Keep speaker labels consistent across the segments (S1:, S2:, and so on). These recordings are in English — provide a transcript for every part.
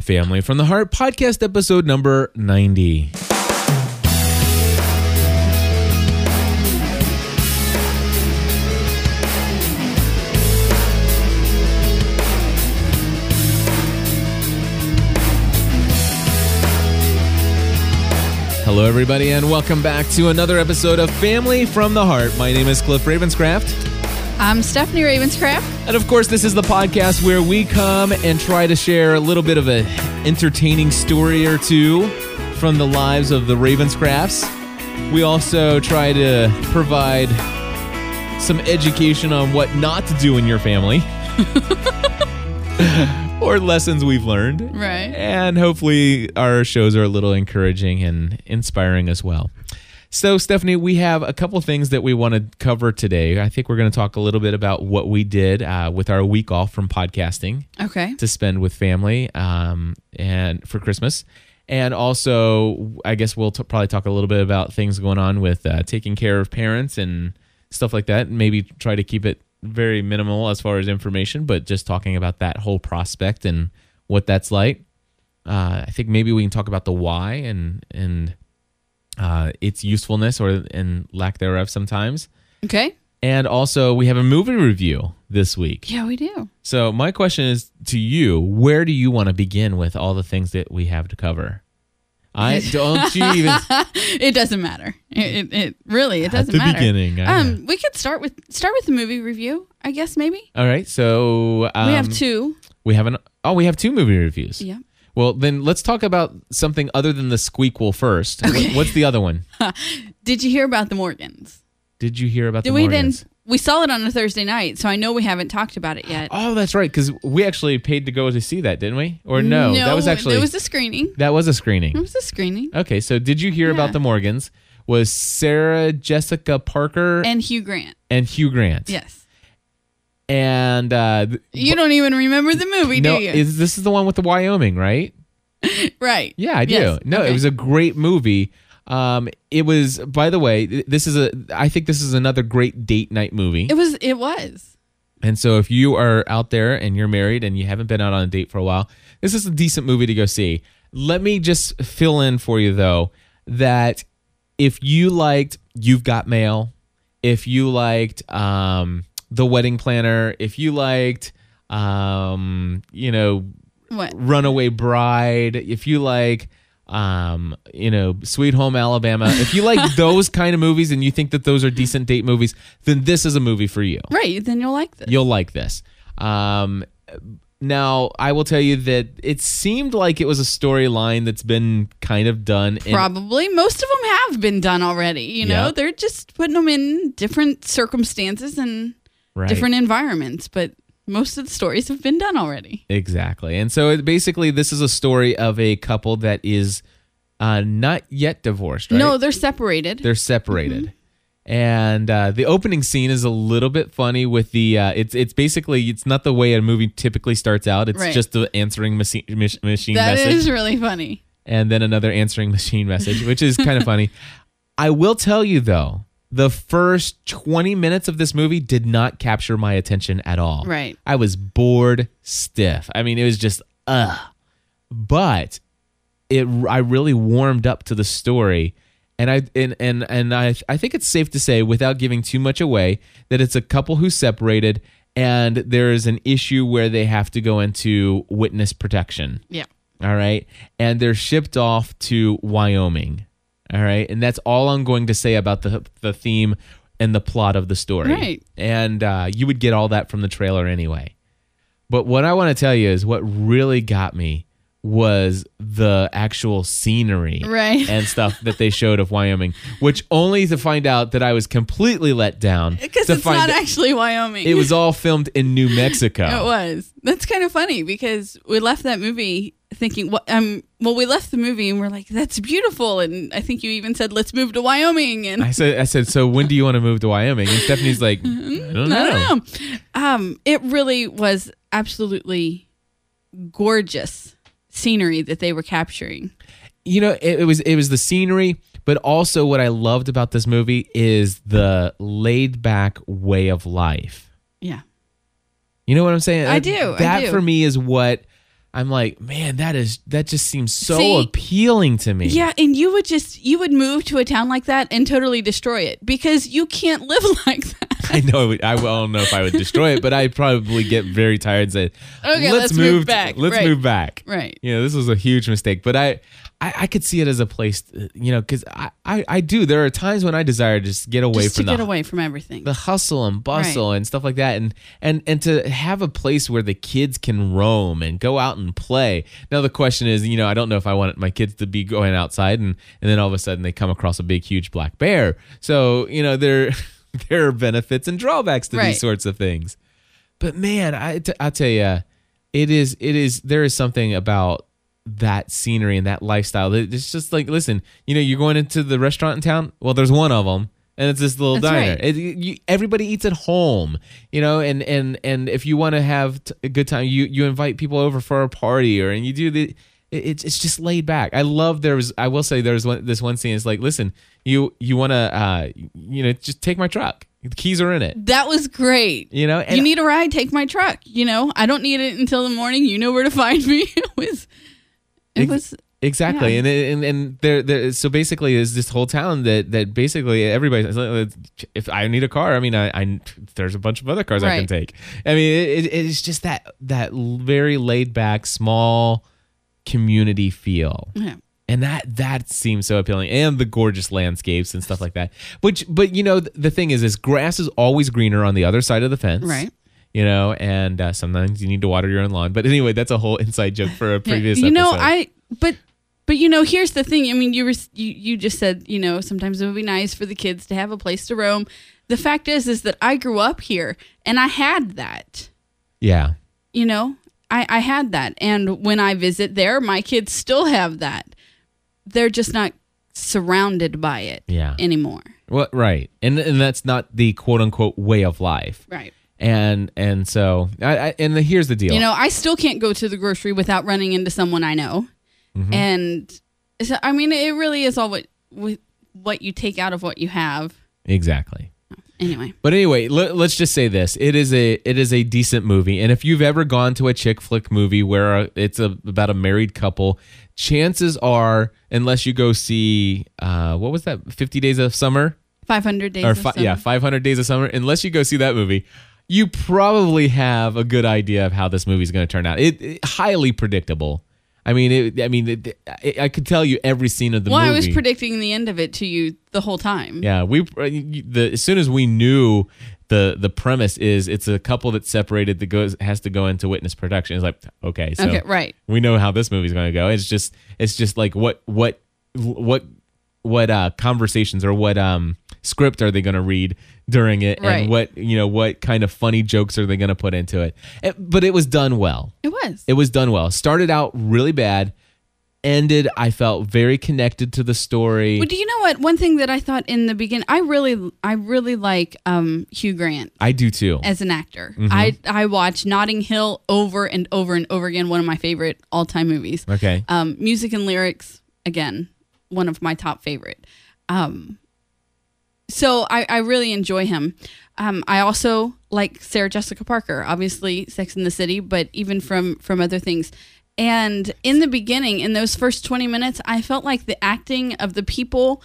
S1: family from the heart podcast episode number 90 hello everybody and welcome back to another episode of family from the heart my name is cliff ravenscraft
S2: I'm Stephanie Ravenscraft.
S1: And of course, this is the podcast where we come and try to share a little bit of an entertaining story or two from the lives of the Ravenscrafts. We also try to provide some education on what not to do in your family or lessons we've learned.
S2: Right.
S1: And hopefully, our shows are a little encouraging and inspiring as well. So, Stephanie, we have a couple things that we want to cover today. I think we're going to talk a little bit about what we did uh, with our week off from podcasting
S2: Okay.
S1: to spend with family um, and for Christmas. And also, I guess we'll t- probably talk a little bit about things going on with uh, taking care of parents and stuff like that. And maybe try to keep it very minimal as far as information, but just talking about that whole prospect and what that's like. Uh, I think maybe we can talk about the why and and uh, its usefulness or and lack thereof sometimes.
S2: Okay.
S1: And also, we have a movie review this week.
S2: Yeah, we do.
S1: So my question is to you: Where do you want to begin with all the things that we have to cover? I don't you even
S2: It doesn't matter. It, it, it really it doesn't
S1: the
S2: matter.
S1: beginning, I
S2: um, we could start with start with the movie review. I guess maybe
S1: all right. So um,
S2: we have two.
S1: We have an oh, we have two movie reviews.
S2: Yeah.
S1: Well, then let's talk about something other than the squeakquel first. Wh- What's the other one?
S2: Did you hear about the Morgans?
S1: Did you hear about
S2: Did
S1: the
S2: we
S1: Morgans?
S2: then? We saw it on a Thursday night, so I know we haven't talked about it yet.
S1: Oh, that's right. Because we actually paid to go to see that, didn't we? Or no, that was actually
S2: it was a screening.
S1: that was a screening.
S2: It was a screening.
S1: Okay, so did you hear
S2: Yeah.
S1: about the Morgans? Was Sarah Jessica Parker and,
S2: And Hugh Grant.
S1: Hugh Grant?
S2: Yes.
S1: And uh, th-
S2: You don't even remember the movie,
S1: no,
S2: do you?
S1: is this is the one with the Wyoming, right?
S2: right.
S1: Yeah, I do.
S2: Yes.
S1: No,
S2: Okay.
S1: it was a great movie. Um, it was. By the way, th- this is a. I think this is another great date night movie.
S2: It was. It was.
S1: And so, if you are out there and you're married and you haven't been out on a date for a while, this is a decent movie to go see. Let me just fill in for you, though, that if you liked You've Got Mail, if you liked um, The Wedding Planner, if you liked, um, you know,
S2: What?
S1: Runaway Bride, if you like, um, you know, Sweet Home Alabama, if you like those kind of movies and you think that those are decent date movies, then this is a movie for you.
S2: Right. Then you'll like this.
S1: You'll like this. Um, now, I will tell you that it seemed like it was a storyline that's been kind of done. in-
S2: Probably. Most of them have been done already. You know,
S1: Yeah.
S2: they're just putting them in different circumstances and
S1: right.
S2: different environments, but most of the stories have been done already.
S1: Exactly. And so it, basically, this is a story of a couple that is uh, not yet divorced, right?
S2: No, Mm-hmm. they're separated.
S1: They're separated. And uh, the opening scene is a little bit funny with the uh, it's it's basically it's not the way a movie typically starts out. It's
S2: Right.
S1: just the answering machi- mach- machine
S2: That is
S1: message
S2: really funny.
S1: and then another answering machine message, which is kind of funny. I will tell you though, the first 20 minutes of this movie did not capture my attention at all.
S2: Right.
S1: I was bored stiff. I mean, it was just ugh. But it I really warmed up to the story. And I and and and I I think it's safe to say without giving too much away that it's a couple who separated and there is an issue where they have to go into witness protection.
S2: Yeah.
S1: All right. And they're shipped off to Wyoming. All right. And that's all I'm going to say about the the theme and the plot of the story.
S2: Right.
S1: And uh, you would get all that from the trailer anyway. But what I want to tell you is what really got me was the actual scenery
S2: Right.
S1: and stuff that they showed of Wyoming, which only to find out that I was completely let down.
S2: Because
S1: to
S2: it's
S1: find
S2: not
S1: that
S2: actually Wyoming.
S1: it was all filmed in New Mexico.
S2: It was. That's kind of funny because we left that movie thinking, what? Um, well, we left the movie and we're like, that's beautiful. And I think you even said, let's move to Wyoming. And
S1: I said, I said, so when do you want to move to Wyoming? And Stephanie's like, I don't know.
S2: I don't know. Um, it really was absolutely gorgeous scenery that they were capturing.
S1: You know, it, it was it was the scenery, but also what I loved about this movie is the laid back way of life.
S2: Yeah.
S1: You know what I'm saying?
S2: I do, I
S1: That
S2: do.
S1: for me is what I'm like, man, that is that just seems so
S2: See,
S1: appealing to me.
S2: Yeah, and you would just you would move to a town like that and totally destroy it because you can't live like that.
S1: I know. I, would, I don't know if I would destroy it, but I'd probably get very tired. And say,
S2: Okay, let's move back."
S1: Let's
S2: Right.
S1: move back.
S2: Right.
S1: You know, this was a huge mistake, but I, I, I could see it as a place. uh, You know, because I, I, I do. There are times when I desire to just get away
S2: Just to
S1: from
S2: get
S1: the
S2: away from everything.
S1: the hustle and bustle and stuff like that and and and to have a place where the kids can roam and go out and play now the question is you know i don't know if i want my kids to be going outside and and then all of a sudden they come across a big huge black bear so you know there there are benefits and drawbacks to
S2: Right.
S1: these sorts of things but man i t- i tell you it is it is there is something about that scenery and that lifestyle that it's just like listen you know you're going into the restaurant in town well there's one of them and it's this little
S2: That's
S1: diner
S2: right.
S1: It- you- everybody eats at home you know and and and if you want to have t- a good time you you invite people over for a party or and you do the it- it's it's just laid back. I love there was I will say there was one this one scene is like listen you you want to uh you know just take my truck the keys are in it
S2: that was great.
S1: you know and
S2: you need a ride, take my truck. You know, I don't need it until the morning. You know where to find me. it was, it
S1: Ex-
S2: was,
S1: Exactly,
S2: Yeah.
S1: and and and there, there. So basically, is this whole town that that basically everybody. If I need a car, I mean, I, I there's a bunch of other cars I can
S2: Right.
S1: take. I mean, it, it, it's just that that very laid back, small community feel,
S2: yeah.
S1: and that that seems so appealing, and the gorgeous landscapes and stuff like that. Which, but you know, th- the thing is, is grass is always greener on the other side of the fence,
S2: Right.
S1: You know, and uh, sometimes you need to water your own lawn. But anyway, that's a whole inside joke for a
S2: Yeah.
S1: previous.
S2: you know,
S1: episode.
S2: I, but, but you know, here's the thing. I mean, you were, you, you just said, you know, sometimes it would be nice for the kids to have a place to roam. The fact is, is that I grew up here and I had that.
S1: yeah.
S2: you know I, I had that and when i visit there my kids still have that they're just not surrounded by it
S1: Yeah.
S2: anymore
S1: Well, right, and and that's not the quote unquote way of life,
S2: right
S1: and and so I, I and the, here's the deal.
S2: you know i still can't go to the grocery without running into someone i know
S1: Mm-hmm.
S2: and so, i mean it really is all what with what you take out of what you have
S1: exactly.
S2: anyway
S1: But anyway, let, let's just say this: it is a it is a decent movie, and if you've ever gone to a chick flick movie where uh, it's a, about a married couple, chances are, unless you go see uh, what was that, Fifty Days of Summer,
S2: 500 days
S1: or
S2: of
S1: fi-
S2: summer.
S1: yeah, Five Hundred Days of Summer, unless you go see that movie. You probably have a good idea of how this movie's going to turn out. It, it- highly predictable. I mean, it, I mean, it, it, I could tell you every scene of the
S2: well
S1: movie.
S2: i was predicting the end of it to you the whole time
S1: Yeah, we the as soon as we knew the the premise is it's a couple that's separated that goes has to go into witness protection. It's like okay, so
S2: okay right
S1: we know how this movie's going to go. It's just it's just like what what what what uh conversations or what um script are they going to read during it
S2: Right.
S1: and what you know what kind of funny jokes are they going to put into it. it but it was done well
S2: it was
S1: it was done well started out really bad ended i felt very connected to the story
S2: Well, do you know what? One thing that I thought in the beginning, I really, I really like um, Hugh Grant
S1: i do too
S2: as an actor.
S1: Mm-hmm.
S2: I I watch Notting Hill over and over and over again. One of my favorite all time movies.
S1: okay
S2: Um, music and lyrics, again, one of my top favorite. Um, so I, I really enjoy him. Um, I also like Sarah Jessica Parker, obviously Sex in the City, but even from from other things. And in the beginning, in those first twenty minutes, I felt like the acting of the people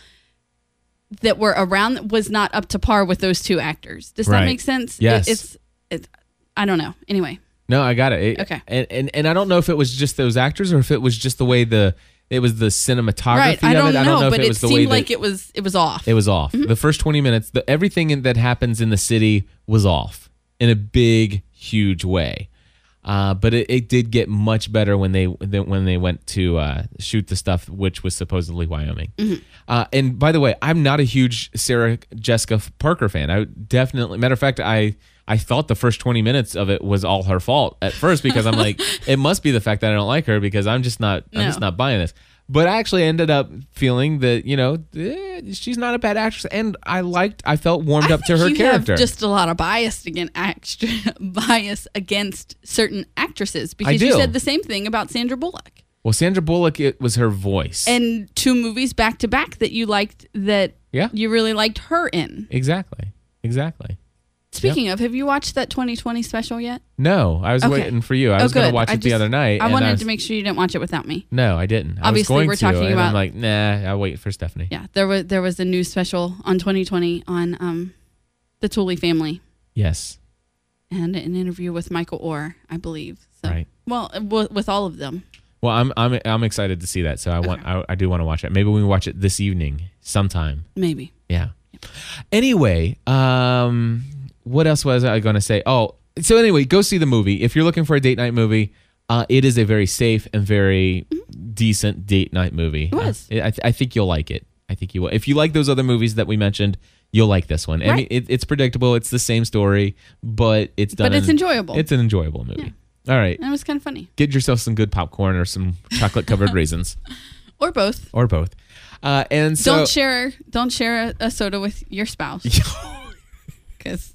S2: that were around was not up to par with those two actors. Does
S1: Right.
S2: that make sense? It-
S1: Yes.
S2: it's, it's I don't know. Anyway,
S1: No, I got it. It-
S2: Okay.
S1: And, and and I don't know if it was just those actors or if it was just the way the it was the cinematography
S2: right? I
S1: of
S2: don't
S1: it.
S2: know,
S1: I don't know
S2: but
S1: if it
S2: it,
S1: was the way
S2: seemed
S1: that
S2: like it was it was off. Mm-hmm.
S1: it was off. The first 20 minutes, the, everything in- that happens in the city was off in a big huge way. Uh, but it, it did get much better when they than when they went to uh, shoot the stuff which was supposedly Wyoming.
S2: Mm-hmm.
S1: Uh, and by the way, I'm not a huge Sarah Jessica Parker fan. I definitely, matter of fact, I I thought the first 20 minutes of it was all her fault at first because I'm like, it must be the fact that I don't like her because I'm just not I'm just
S2: No.
S1: not buying this. But I actually ended up feeling that you know eh, she's not a bad actress, and I liked I felt warmed
S2: I
S1: up to
S2: think
S1: her
S2: you
S1: character.
S2: Have just a lot of bias against act- bias against certain actresses because you
S1: do.
S2: said the same thing about Sandra Bullock
S1: well, Sandra Bullock, it was her voice.
S2: and two movies back to back that you liked that
S1: Yeah.
S2: you really liked her in.
S1: exactly, exactly.
S2: Speaking of, have you watched that 2020 special yet?
S1: No, I was
S2: Okay. Oh,
S1: waiting for you. I was going
S2: good.
S1: to watch it
S2: I
S1: the
S2: just-
S1: other night.
S2: I
S1: and
S2: wanted
S1: was-
S2: to make sure you didn't watch it without me.
S1: No, I didn't. I was
S2: Obviously,
S1: going
S2: we're
S1: to,
S2: talking
S1: and I'm
S2: about-
S1: like, nah, I'll wait for Stephanie.
S2: Yeah, there was there was a new special on 2020 on um, the Tooley family
S1: Yes.
S2: and an interview with Michael Orr, I believe. So,
S1: Right.
S2: Well, w- with all of them.
S1: Well, I'm I'm I'm excited to see that. So I want I, I do want to watch it. Maybe we can watch it this evening sometime.
S2: Maybe.
S1: Yeah. Anyway, um, what else was I going to say? Oh, so anyway, go see the movie if you're looking for a date night movie. Uh, it is a very safe and very decent date night movie. It
S2: Mm-hmm. was.
S1: I, th- I think you'll like it. I think you will. If you like those other movies that we mentioned, you'll like this one. I mean,
S2: Right.
S1: it, it's predictable. It's the same story, but it's done.
S2: But it's
S1: in-
S2: enjoyable.
S1: It's an enjoyable movie. All right,
S2: and it was kind of funny.
S1: get yourself some good popcorn or some chocolate covered raisins
S2: Or both.
S1: or both. Uh, and so
S2: don't share don't share a, a soda with your spouse because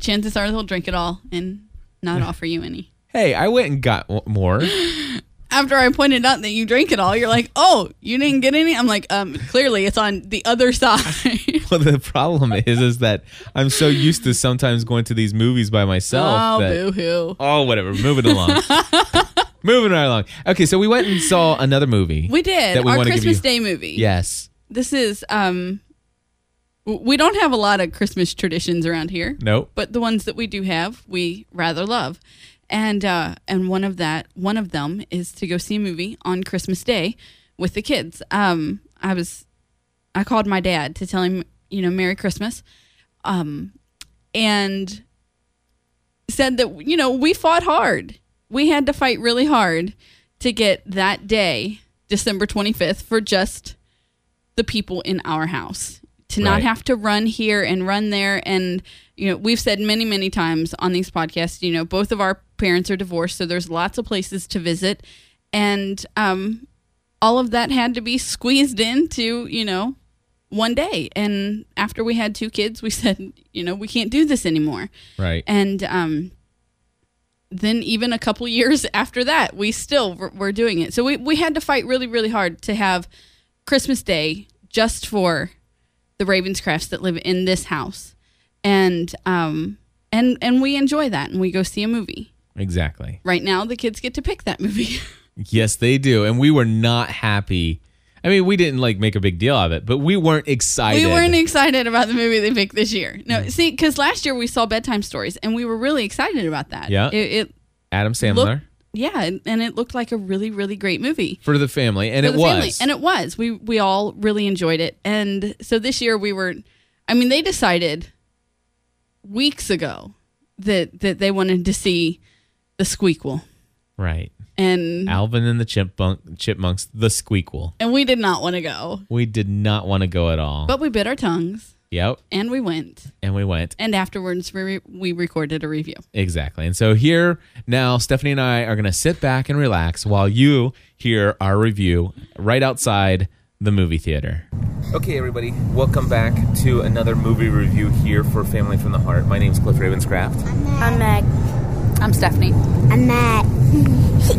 S2: chances are they'll drink it all and not offer you any.
S1: hey, I went and got w- more.
S2: After I pointed out that you drink it all, you're like, "Oh, you didn't get any." I'm like, "Um, clearly it's on the other side."
S1: Well, the problem is, is that I'm so used to sometimes going to these movies by myself.
S2: oh,
S1: that,
S2: boo hoo.
S1: oh whatever. Moving along. moving right along. Okay, so we went and saw another movie.
S2: We did
S1: That we
S2: our
S1: wanna give
S2: Christmas
S1: you-
S2: Day movie.
S1: yes.
S2: This is um w- we don't have a lot of Christmas traditions around here.
S1: Nope.
S2: but the ones that we do have, we rather love. And uh, and one of that one of them is to go see a movie on Christmas Day with the kids. Um, I was I called my dad to tell him you know Merry Christmas, um, and said that you know we fought hard. We had to fight really hard to get that day, December twenty fifth, for just the people in our house to not
S1: Right.
S2: have to run here and run there and you know we've said many many times on these podcasts you know both of our parents are divorced so there's lots of places to visit and um all of that had to be squeezed into you know one day and after we had two kids we said you know we can't do this anymore
S1: Right.
S2: and um, then even a couple years after that, we still were, were doing it. So we, we had to fight really, really hard to have Christmas Day just for the Ravenscrafts that live in this house. And um and and we enjoy that and we go see a movie.
S1: Exactly.
S2: Right now the kids get to pick that movie.
S1: Yes, they do. And we were not happy. I mean, we didn't like make a big deal of it, but we weren't excited.
S2: we weren't excited about the movie they picked this year. No, see, because last year we saw bedtime stories and we were really excited about that.
S1: Yeah.
S2: It, it
S1: Adam Sandler
S2: looked yeah, and, and it looked like a really, really great movie.
S1: for the family, and
S2: for
S1: it
S2: the
S1: was.
S2: family. And it was. We we all really enjoyed it. And so this year we were I mean, they decided weeks ago that that they wanted to see the squeakquel.
S1: right.
S2: And
S1: Alvin and the Chipmunk, Chipmunks, the Squeakquel.
S2: and we did not want to go.
S1: We did not want to go at all.
S2: But we bit our tongues
S1: yep.
S2: and we went.
S1: And we went.
S2: And afterwards we re- we recorded a review.
S1: Exactly. And so here now, Stephanie and I are going to sit back and relax while you hear our review right outside the movie theater. Okay, everybody, welcome back to another movie review here for Family from the Heart. My name is Cliff Ravenscraft.
S3: I'm Mac.
S2: I'm Stephanie.
S3: I'm Mac.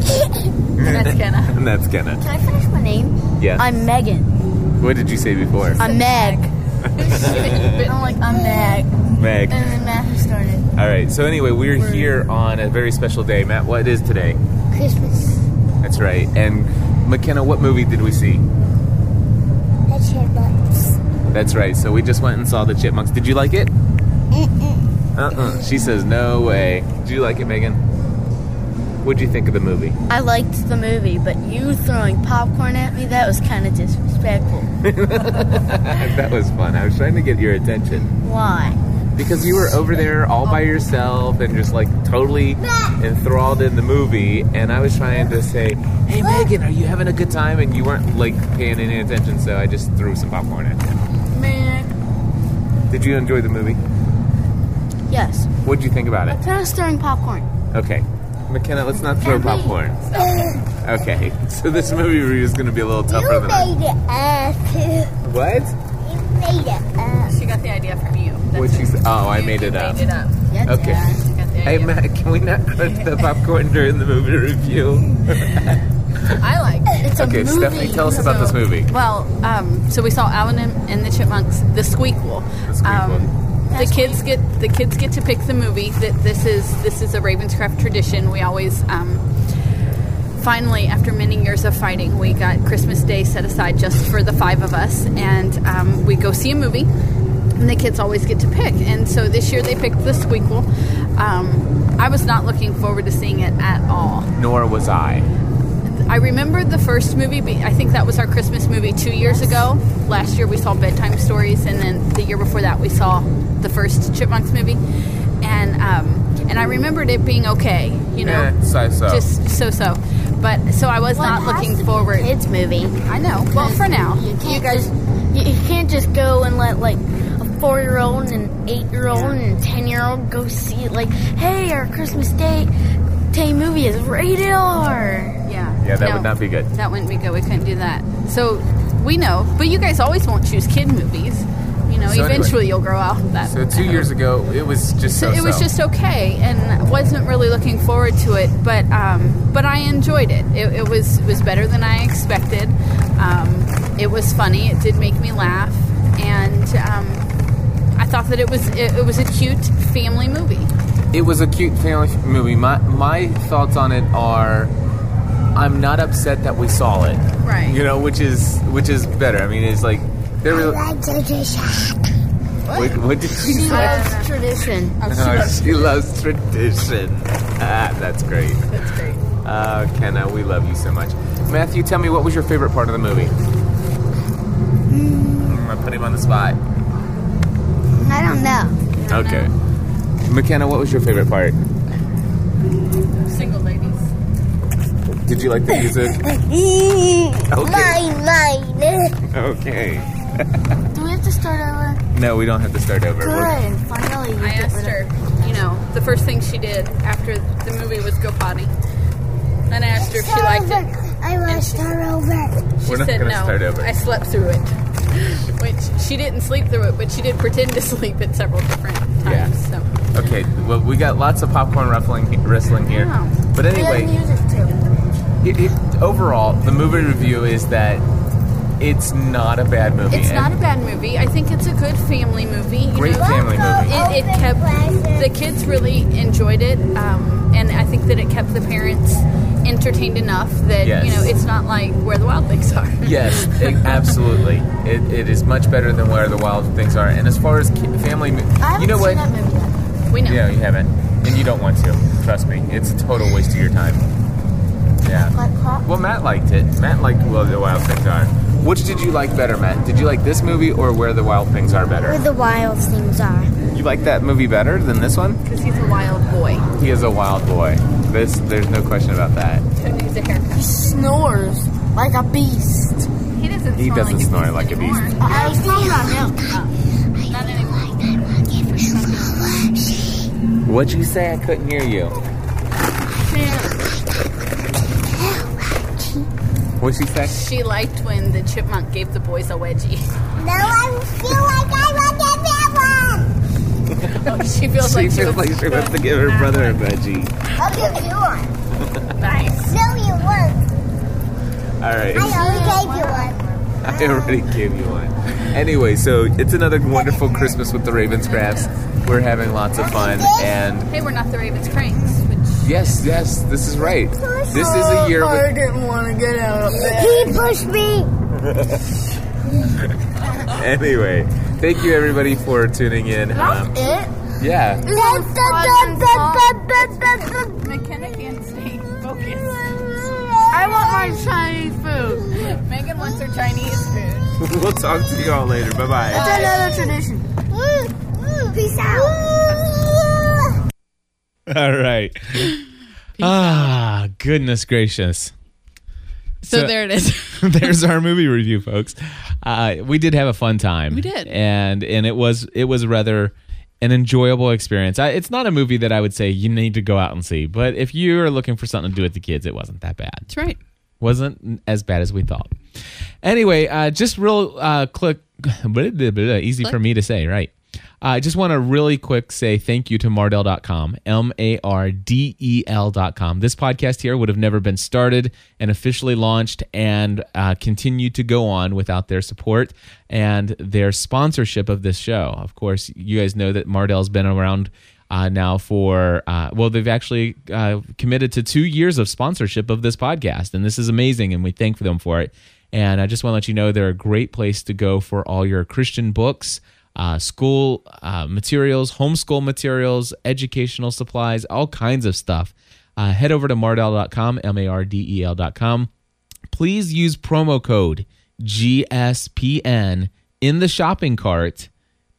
S2: That's Kenna.
S1: And that's Kenna.
S3: Can I finish my name?
S1: Yeah.
S3: I'm Megan.
S1: what did you say before?
S3: I'm Meg. I'm like, I'm Meg.
S1: Meg.
S3: And then Matthew started.
S1: All right. So, anyway, we're here on a very special day. Matt, what is today?
S3: Christmas.
S1: That's right. And McKenna, what movie did we see?
S3: Chipmunks.
S1: That's right. So we just went and saw the Chipmunks. Did you like it? Uh-uh. She says no way. Did you like it, Megan? What'd you think of the movie?
S3: I liked the movie, but you throwing popcorn at me, that was kind of disrespectful.
S1: that was fun. I was trying to get your attention
S3: Why?
S1: because you were over there all by yourself and just like totally enthralled in the movie. And I was trying to say, "Hey, Megan, are you having a good time?" And you weren't like paying any attention, so I just threw some popcorn at you.
S3: Meg.
S1: Did you enjoy the movie?
S3: Yes.
S1: What'd you think about it?
S3: Kind of stirring popcorn.
S1: Okay. McKenna, let's not throw popcorn. Okay. So this movie review is going to be a little tougher than I.
S3: it up.
S1: What?
S3: You made it up.
S2: She got the idea from you.
S1: What you? s- Oh, I made it up.
S2: up.
S3: Yeah,
S1: Okay.
S3: Dad.
S1: Hey Matt, can we not crunch the popcorn during the movie review?
S2: I like
S3: It's a
S1: Okay,
S3: movie.
S1: Stephanie, tell us about this movie.
S2: Well, um, so we saw Alvin and, and the Chipmunks, The Squeakquel.
S1: The Squeakquel.
S2: Um, the kids get the kids get to pick the movie. That this is this is a Ravenscraft tradition. We always um, finally, after many years of fighting, we got Christmas Day set aside just for the five of us, and um, we go see a movie. And the kids always get to pick, and so this year they picked the sequel. Um, I was not looking forward to seeing it at all.
S1: Nor was I.
S2: I remember the first movie. Be- I think that was our Christmas movie two years ago. Last year we saw bedtime stories, and then the year before that we saw the first Chipmunks movie, and um, and I remembered it being okay. You know,
S1: Eh, so-so.
S2: just so so. But so I was
S3: Well,
S2: not
S3: it has to
S2: looking
S3: be
S2: forward.
S3: a Kids movie.
S2: I know. Well, for now,
S3: you can't just you, you can't just go and let like a four year old and an eight year old and a ten year old go see it. Like, hey, our Christmas Day Day movie is rated R.
S2: Yeah.
S1: Yeah, that
S2: No.
S1: would not be good.
S2: That wouldn't be good. We couldn't do that. So we know, but you guys always won't choose kid movies. You know,
S1: So anyway.
S2: eventually you'll grow out of that.
S1: So two years ago, it was just
S2: So
S1: so.
S2: it was just okay, and wasn't really looking forward to it, but um, but I enjoyed it. It, it was it was better than I expected. Um, it was funny. It did make me laugh, and um, I thought that it was it, it was a cute family movie.
S1: It was a cute family movie. My my thoughts on it are, I'm not upset that we saw it.
S2: Right.
S1: You know, which is which is better. I mean, it's like there was. What, what did she
S3: She
S1: say?
S3: loves tradition.
S1: Oh, she loves tradition. Ah, that's great.
S2: That's great.
S1: Uh, Kenna, we love you so much. Matthew, tell me what was your favorite part of the movie? I'm gonna Mm, put him on the spot.
S3: I don't know.
S1: Okay. McKenna, what was your favorite part?
S2: Single ladies.
S1: Did you like the music? Okay.
S3: mine.
S1: Okay.
S3: Do we have to start over?
S1: No, we don't have to start over. We're-
S3: Good. Finally, you
S2: I
S3: get
S2: asked
S3: rid of-
S2: her, you know, the first thing she did after the movie was go potty. And I asked her if she liked it.
S3: I want to start over.
S2: She
S1: We're not
S2: said
S1: gonna
S2: no.
S1: start over.
S2: I slept through it. Which she didn't sleep through it, but she did pretend to sleep at several different times.
S1: Yeah.
S2: So
S1: Okay. Well, we got lots of popcorn ruffling, wrestling here.
S2: Wow.
S1: But anyway.
S3: music too.
S1: It, it, overall, the movie review is that it's not a bad movie.
S2: it's not a
S1: And
S2: bad movie. I think it's a good family movie. You
S1: great
S2: know,
S1: family movie.
S2: it, it kept the kids really enjoyed it um, and i think that it kept the parents entertained enough that
S1: Yes.
S2: you know it's not like where the wild things are
S1: Yes, it, absolutely. It, it is much better than Where the Wild Things Are. And as far as ki- family, mo- you know what?
S3: movie yet.
S2: we know
S1: Yeah, you haven't, and you don't want to. Trust me, it's a total waste of your time. Yeah. Well, Matt liked it. Matt liked Where the Wild Things Are. Which did you like better, Matt? Did you like this movie or Where the Wild Things Are
S3: Where
S1: better?
S3: the wild things are.
S1: You like that movie better than this one?
S2: because he's a wild boy
S1: He is a wild boy. This, there's no question about that.
S2: who needs a haircut
S3: He snores like a beast.
S2: he doesn't
S1: He doesn't snore like a beast.
S2: anymore.
S3: I see
S2: not anymore
S1: What'd you say? I couldn't hear you. What'd she say?
S2: she liked when the chipmunk gave the boys a wedgie
S4: Now I feel like I want to that one.
S2: oh, she feels
S1: She
S2: like she
S1: feels
S2: was
S1: like she wants to give her brother a veggie.
S4: I'll give you one.
S2: nice
S4: No, you won't.
S1: All right.
S4: I already gave
S1: I already gave
S4: you one.
S1: you one. Anyway, so it's another wonderful Christmas with the Ravenscrafts. We're having lots of fun, and
S2: hey we're not the ravens cranks which
S1: yes, yes, this is right. This is a year. With,
S3: didn't want to get out of bed.
S4: He pushed me.
S1: anyway, thank you everybody for tuning in. Um,
S3: It?
S1: yeah,
S2: mckenna can't stay focused
S3: I want my Chinese food.
S2: megan wants her chinese food
S1: we'll talk to you all later. Bye bye.
S3: It's another tradition.
S4: Mm, Peace out.
S5: All right. ah, goodness gracious.
S2: so
S5: So-
S2: there it is
S5: There's our movie review, folks. Uh, we did have a fun time. We
S2: did.
S5: and and it was it was rather an enjoyable experience. I, it's not a movie that I would say you need to go out and see, but if you are looking for something to do with the kids, it wasn't that bad.
S2: that's right
S5: wasn't as bad as we thought. Anyway, uh, just real uh, quick, blah, blah, blah, easy for me to say, right?
S1: I just want to really quick say thank you to Mardell.com, M A R D E L.com. This podcast here would have never been started and officially launched and uh, continued to go on without their support and their sponsorship of this show. Of course, you guys know that Mardell's been around uh, now for uh, well they've actually uh, committed to two years of sponsorship of this podcast and this is amazing and we thank them for it and i just want to let you know they're a great place to go for all your christian books uh, school uh, materials homeschool materials educational supplies all kinds of stuff uh, head over to mardell.com E m-a-r-d-e-l.com please use promo code gspn in the shopping cart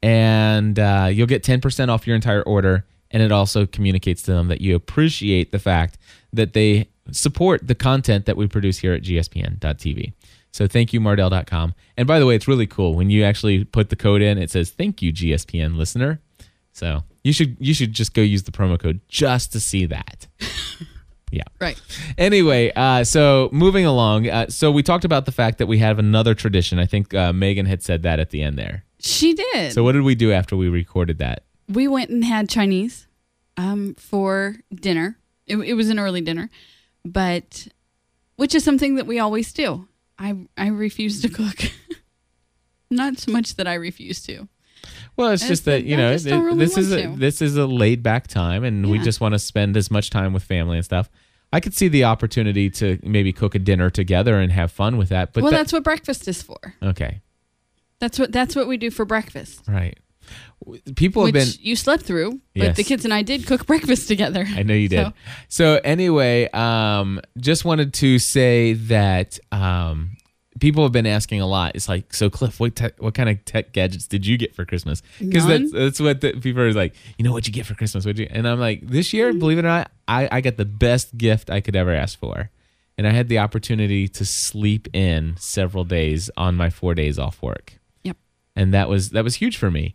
S1: and uh, you'll get 10% off your entire order. And it also communicates to them that you appreciate the fact that they support the content that we produce here at gspn.tv. So thank you, Mardell.com. And by the way, it's really cool when you actually put the code in, it says, Thank you, GSPN listener. So you should you should just go use the promo code just to see that. yeah
S2: Right.
S1: anyway, uh, so moving along. Uh, so we talked about the fact that we have another tradition. I think uh, Megan had said that at the end there.
S2: She did.
S1: So what did we do after we recorded that?
S2: we went and had Chinese um, for dinner. It, it was an early dinner, but which is something that we always do. I I refuse to cook. Not so much that I refuse to.
S1: Well, it's just
S2: I just
S1: that
S2: think,
S1: you
S2: I
S1: know
S2: just
S1: it-
S2: don't really
S1: this is
S2: want
S1: a,
S2: to.
S1: this is a laid back time, and we
S2: Yeah.
S1: just want to spend as much time with family and stuff. I could see the opportunity to maybe cook a dinner together and have fun with that. But
S2: well,
S1: that-
S2: that's what breakfast is for.
S1: okay,
S2: That's what that's what we do for breakfast.
S1: right? W- People
S2: which
S1: have been.
S2: you slept through, but
S1: Yes.
S2: the kids and I did cook breakfast together.
S1: I know you did.
S2: So-
S1: So, anyway, um, just wanted to say that um, people have been asking a lot. It's like, so Cliff, what tech what kind of tech gadgets did you get for Christmas? Because
S2: None.
S1: that's that's what the, people are like. You know what you get for Christmas? Would you? And I'm like, this
S2: Mm.
S1: year, believe it or not, I I got the best gift I could ever ask for. And I had the opportunity to sleep in several days on my four days off work
S2: Yep.
S1: and that was that was huge for me.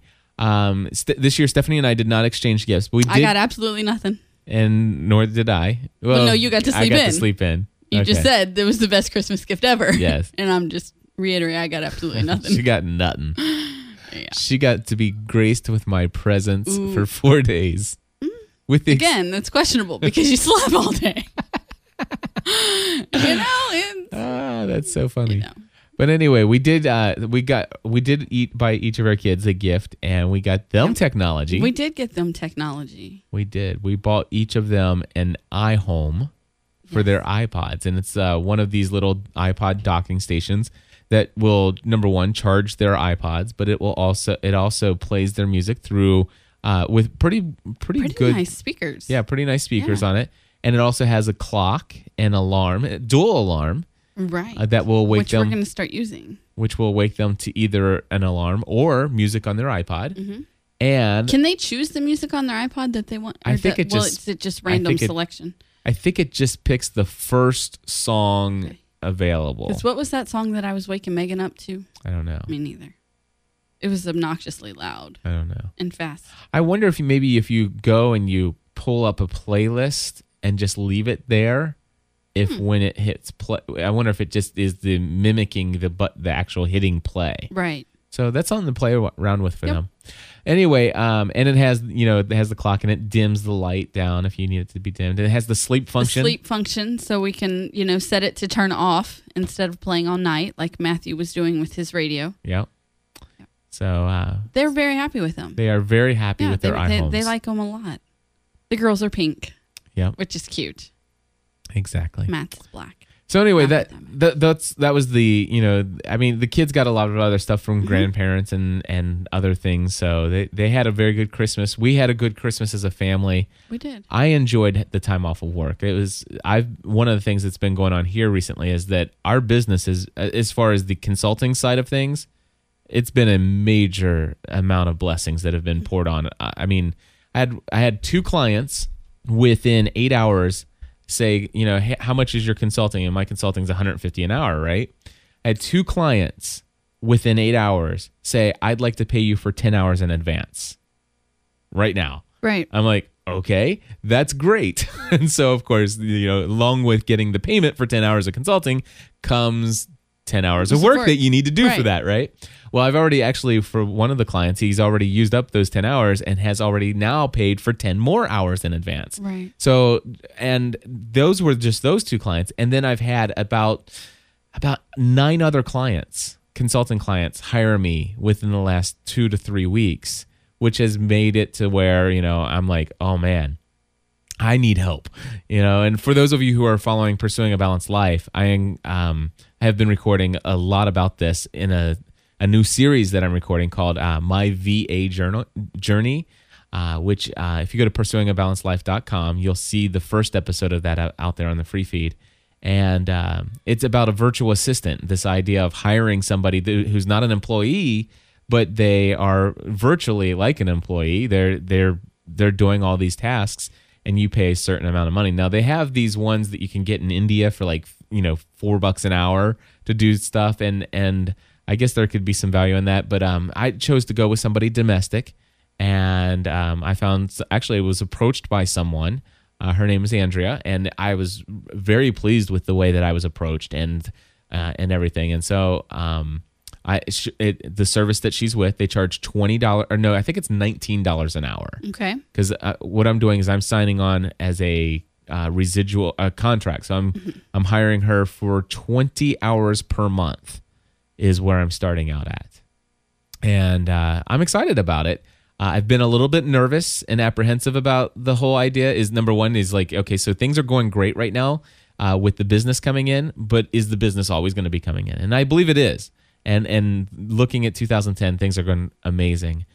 S1: Um, st- this year, Stephanie and I did not exchange gifts, but we did,
S2: I got absolutely nothing.
S1: and nor did I. Well,
S2: no, you got to
S1: I
S2: sleep
S1: got
S2: in.
S1: to sleep in.
S2: You just
S1: Okay.
S2: said that was the best Christmas gift ever.
S1: Yes.
S2: and I'm just reiterating I got absolutely nothing.
S1: she got nothing. She got to be graced with my presence for four days. With the ex-
S2: Mm-hmm. Again, that's questionable because you slept all day. you know, it,
S1: ah, that's so funny.
S2: know.
S1: But anyway, we did. Uh, we got we did eat by each of our kids a gift, and we got them technology.
S2: we did get them technology.
S1: We did. We bought each of them an iHome for their iPods, and it's uh, one of these little iPod docking stations that will number one charge their iPods, but it will also it also plays their music through uh, with pretty pretty,
S2: Pretty
S1: good
S2: nice speakers.
S1: yeah pretty nice speakers on it, and it also has a clock and alarm a dual alarm
S2: Right.
S1: uh, that will wake
S2: Which
S1: them
S2: we're going to start using.
S1: which will wake them to either an alarm or music on their iPod,
S2: Mm-hmm.
S1: and
S2: Can they choose the music on their iPod that they want?
S1: I
S2: Or
S1: think
S2: the-
S1: it
S2: well,
S1: just-
S2: it's it just
S1: I
S2: random
S1: think it-
S2: selection.
S1: I think it just picks the first song available.
S2: 'Cause what was that song that I was waking Megan up to?
S1: I don't know.
S2: Me neither. It was obnoxiously loud
S1: I don't know.
S2: and fast.
S1: I wonder if you, maybe if you go and you pull up a playlist and just leave it there, if
S2: Hmm.
S1: when it hits play, I wonder if it just is the mimicking the but the actual hitting play.
S2: Right.
S1: So that's something to play around with for them. Anyway, um, and it has you know it has the clock and it dims the light down if you need it to be dimmed. It has the sleep
S2: The
S1: function.
S2: sleep function, so we can, you know, set it to turn off instead of playing all night like Matthew was doing with his radio.
S1: Yeah. So uh,
S2: They're very happy with them.
S1: they are very happy with
S2: they,
S1: their
S2: they,
S1: iHomes.
S2: they like them a lot. The girls are pink,
S1: Yep.
S2: which is cute.
S1: Exactly.
S2: Matt's black.
S1: So anyway, that,
S2: Not that
S1: that that's that was the you know I mean the kids got a lot of other stuff from grandparents and and other things. So they they had a very good Christmas. We had a good Christmas as a family.
S2: We did.
S1: I enjoyed the time off of work. It was I've one of the things that's been going on here recently is that our business is as far as the consulting side of things, it's been a major amount of blessings that have been poured on. I I mean, I had I had two clients within eight hours say, you know, hey, how much is your consulting? And my consulting's 150 an hour, right? I had two clients within eight hours say, I'd like to pay you for 10 hours in advance, right now.
S2: Right.
S1: I'm like, okay, that's great. and so, of course, you know, along with getting the payment for 10 hours of consulting comes 10 hours
S6: This
S1: of
S6: is
S1: work
S6: work.
S1: that you need to do for
S6: Right.
S1: that, right? Well, I've already actually, for one of the clients, he's already used up those 10 hours and has already now paid for 10 more hours in advance.
S6: Right.
S1: So, and those were just those two clients. And then I've had about, about nine other clients, consulting clients, hire me within the last two to three weeks, which has made it to where, you know, I'm like, oh man, I need help, you know. And for those of you who are following pursuing a balanced life, I um have been recording a lot about this in a a new series that I'm recording called uh, My VA Journal Journey, uh, which uh, if you go to pursuingabalancedlife.com, you'll see the first episode of that out, out there on the free feed. And um, it's about a virtual assistant. This idea of hiring somebody th- who's not an employee, but they are virtually like an employee. They're they're they're doing all these tasks and you pay a certain amount of money. Now they have these ones that you can get in India for like you know four bucks an hour to do stuff, and and I guess there could be some value in that. But um, I chose to go with somebody domestic, and um, I found actually I was approached by someone. Uh, her name is Andrea, and I was very pleased with the way that I was approached and uh, and everything. And so um, I sh- it, the service that she's with, they charge twenty dollars or no, I think it's nineteen dollars an hour
S6: Okay.
S1: because uh, what I'm doing is I'm signing on as a uh, residual uh, contract. So I'm I'm hiring her for 20 hours per month is where I'm starting out at, and uh, I'm excited about it. Uh, I've been a little bit nervous and apprehensive about the whole idea. Is number one is like okay, so things are going great right now uh, with the business coming in, but is the business always going to be coming in? And I believe it is. And and looking at 2010, things are going amazing.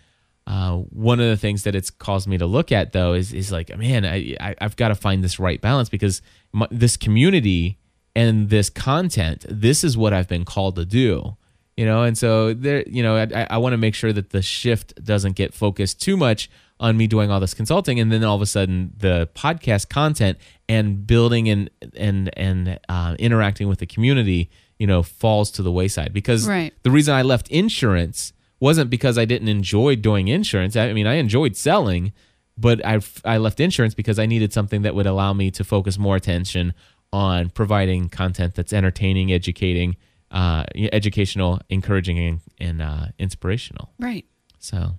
S1: Uh, one of the things that it's caused me to look at though is is like man I, I I've got to find this right balance because my, this community and this content this is what I've been called to do you know and so there you know I, I want to make sure that the shift doesn't get focused too much on me doing all this consulting and then all of a sudden the podcast content and building and and and uh, interacting with the community you know falls to the wayside because
S6: Right.
S1: the reason I left insurance wasn't because I didn't enjoy doing insurance. I mean, I enjoyed selling, but I I left insurance because I needed something that would allow me to focus more attention on providing content that's entertaining, educating, uh, educational, encouraging, and, and uh, inspirational.
S6: Right.
S1: So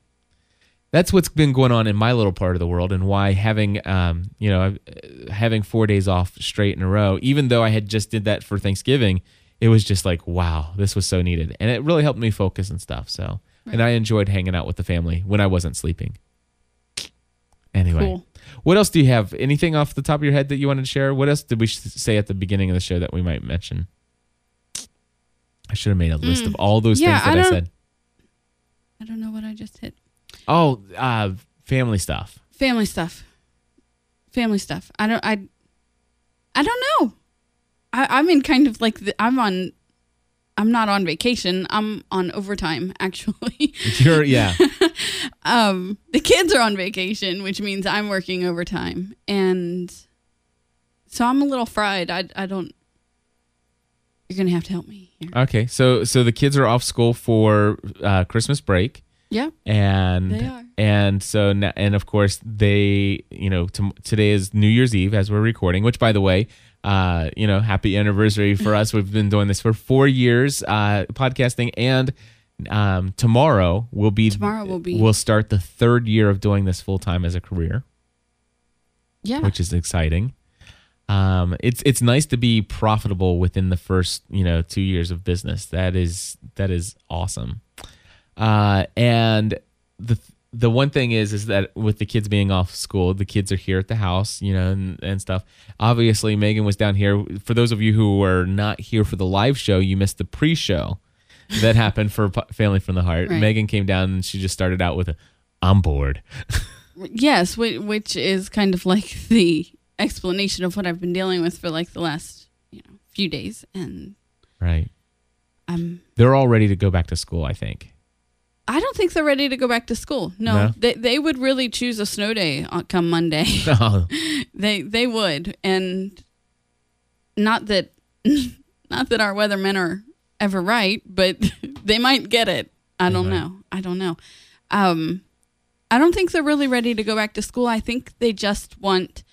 S1: that's what's been going on in my little part of the world, and why having um, you know uh, having four days off straight in a row, even though I had just did that for Thanksgiving, it was just like wow, this was so needed, and it really helped me focus and stuff. So, and I enjoyed hanging out with the family when I wasn't sleeping. Anyway,
S6: Cool.
S1: what else do you have? Anything off the top of your head that you wanted to share? What else did we sh- say at the beginning of the show that we might mention? I should have made a list of all those
S6: Hmm. Yeah,
S1: things
S6: I
S1: that I
S6: don't-
S1: said.
S6: I don't know what I just hit.
S1: Oh, uh, family stuff.
S6: Family stuff. Family stuff. I don't. I. I don't know. I, I'm in kind of like the, I'm on. I'm not on vacation. I'm on overtime actually.
S1: You're yeah.
S6: um, the kids are on vacation, which means I'm working overtime, and so I'm a little fried. I I don't. You're gonna have to help me here.
S1: Okay. So so the kids are off school for uh, Christmas break,
S6: Yeah.
S1: and
S6: They are.
S1: and so na- and of course they you know tom today is New Year's Eve as we're recording. Which by the way, uh, you know, happy anniversary for us. We've been doing this for four years, uh, podcasting, and um, tomorrow will be
S6: Tomorrow will be-
S1: we'll start the third year of doing this full time as a career.
S6: Yeah.
S1: which is exciting. Um, it's it's nice to be profitable within the first you know two years of business. That is that is awesome. Uh, and the the one thing is is that with the kids being off school, the kids are here at the house, you know, and, and stuff. Obviously, Megan was down here. For those of you who were not here for the live show, you missed the pre-show that happened for P- Family from the Heart.
S6: Right.
S1: Megan came down and she just started out with, a, "I'm bored."
S6: Yes, which, which is kind of like the explanation of what I've been dealing with for like the last you know few days, and
S1: right.
S6: I'm
S1: They're all ready to go back to school. I think.
S6: I don't think they're ready to go back to school. No,
S1: No?
S6: They, they would really choose a snow day on- come Monday.
S1: Oh,
S6: they they would, and not that not that our weathermen are ever right, but they might get it. I don't
S1: might.
S6: know. I don't know. Um, I don't think they're really ready to go back to school. I think they just want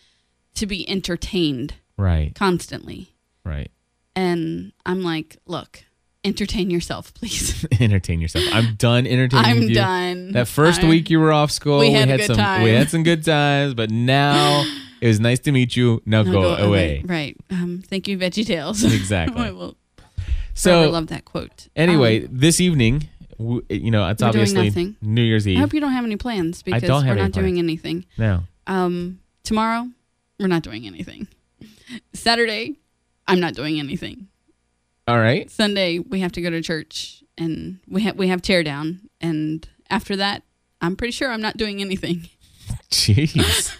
S6: to be entertained.
S1: right,
S6: constantly.
S1: right.
S6: And I'm like, look, entertain yourself, please.
S1: entertain yourself. I'm done entertaining
S6: I'm
S1: you.
S6: done.
S1: That 1st
S6: I'm-
S1: week you were off school,
S6: We had a good
S1: some
S6: time.
S1: we had some good times, but now it was nice to meet you. Now,
S6: Now
S1: go, away.
S6: Right. Um, thank you, Veggie Tales.
S1: Exactly.
S6: I will forever
S1: So
S6: love that quote.
S1: anyway,
S6: Um,
S1: this evening, w- you know, it's
S6: We're doing
S1: obviously
S6: nothing.
S1: New Year's Eve.
S6: I hope you don't have any plans because
S1: don't have
S6: we're
S1: any
S6: not doing anything.
S1: no.
S6: Um, tomorrow, we're not doing anything. Saturday, I'm not doing anything.
S1: All right.
S6: Sunday, we have to go to church and we have we have tear down. And after that, I'm pretty sure I'm not doing anything.
S1: Jeez.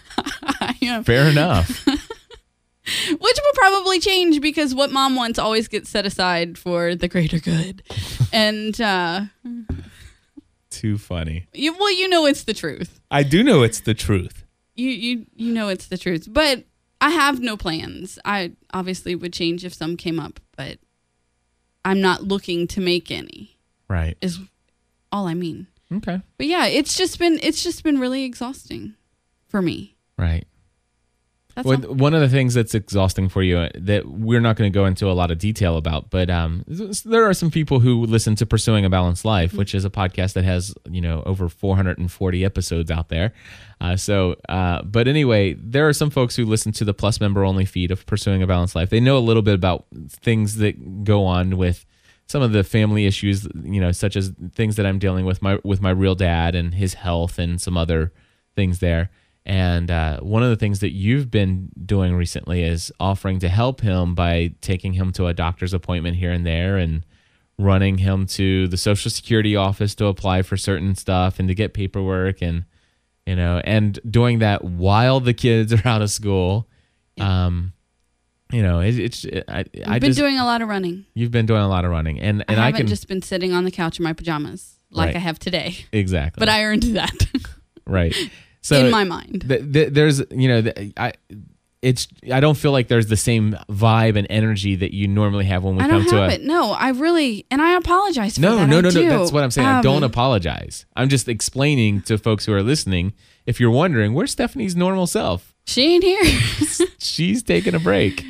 S6: I am,
S1: Fair enough.
S6: which will probably change because what mom wants always gets set aside for the greater good. and uh,
S1: Too funny.
S6: you, well, you know it's the truth.
S1: I do know it's the truth.
S6: you you you know it's the truth but i have no plans i obviously would change if some came up but i'm not looking to make any
S1: Right.
S6: is all i mean
S1: Okay.
S6: but yeah it's just been it's just been really exhausting for me
S1: Right.
S6: that's
S1: Well,
S6: all.
S1: one of the things that's exhausting for you uh, that we're not going to go into a lot of detail about, but um, s- there are some people who listen to Pursuing a Balanced Life, which is a podcast that has you know over 440 episodes out there. Uh, so, uh, but anyway, there are some folks who listen to the Plus member only feed of Pursuing a Balanced Life. They know a little bit about things that go on with some of the family issues, you know, such as things that I'm dealing with my with my real dad and his health and some other things there. And uh, one of the things that you've been doing recently is offering to help him by taking him to a doctor's appointment here and there and running him to the social security office to apply for certain stuff and to get paperwork and you know and doing that while the kids are out of school um you know it, it's i, I
S6: i've been
S1: just,
S6: doing a lot of running
S1: You've been doing a lot of running, and and
S6: i
S1: I,
S6: haven't
S1: can
S6: just been sitting on the couch in my pajamas like
S1: Right.
S6: i have today
S1: exactly,
S6: but i earned that
S1: right. So
S6: in my mind
S1: th- th- there's you know th- I it's I don't feel like there's the same vibe and energy that you normally have when we
S6: i
S1: come
S6: don't
S1: to
S6: have
S1: a
S6: it no i really and i apologize for
S1: no
S6: that.
S1: no
S6: I
S1: no
S6: do.
S1: no. That's what I'm saying. I don't
S6: Um,
S1: apologize. I'm just explaining to folks who are listening. If you're wondering, where's Stephanie's normal self?
S6: she ain't here
S1: She's taking a break.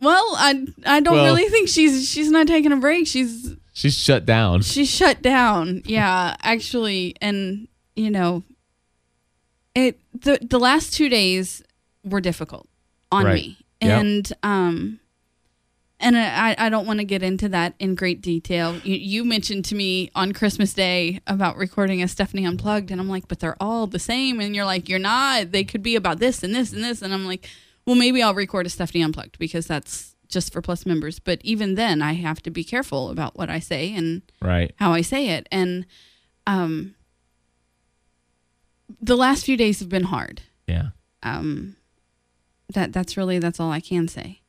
S6: Well, I I don't
S1: Well-
S6: really think she's she's not taking a break. She's
S1: She's shut down.
S6: she's shut down. Yeah, actually, and you know, it the the last two days were difficult on
S1: Right.
S6: me,
S1: Yep.
S6: and um, and I I don't want to get into that in great detail. You you mentioned to me on Christmas Day about recording a Stephanie Unplugged, and I'm like, but they're all the same, and you're like, you're not. They could be about this and this and this, and I'm like, well, maybe I'll record a Stephanie Unplugged because that's just for plus members but even then i have to be careful about what i say and
S1: Right.
S6: how I say it. And um, the last few days have been hard.
S1: Yeah.
S6: Um, that that's really that's all I can say.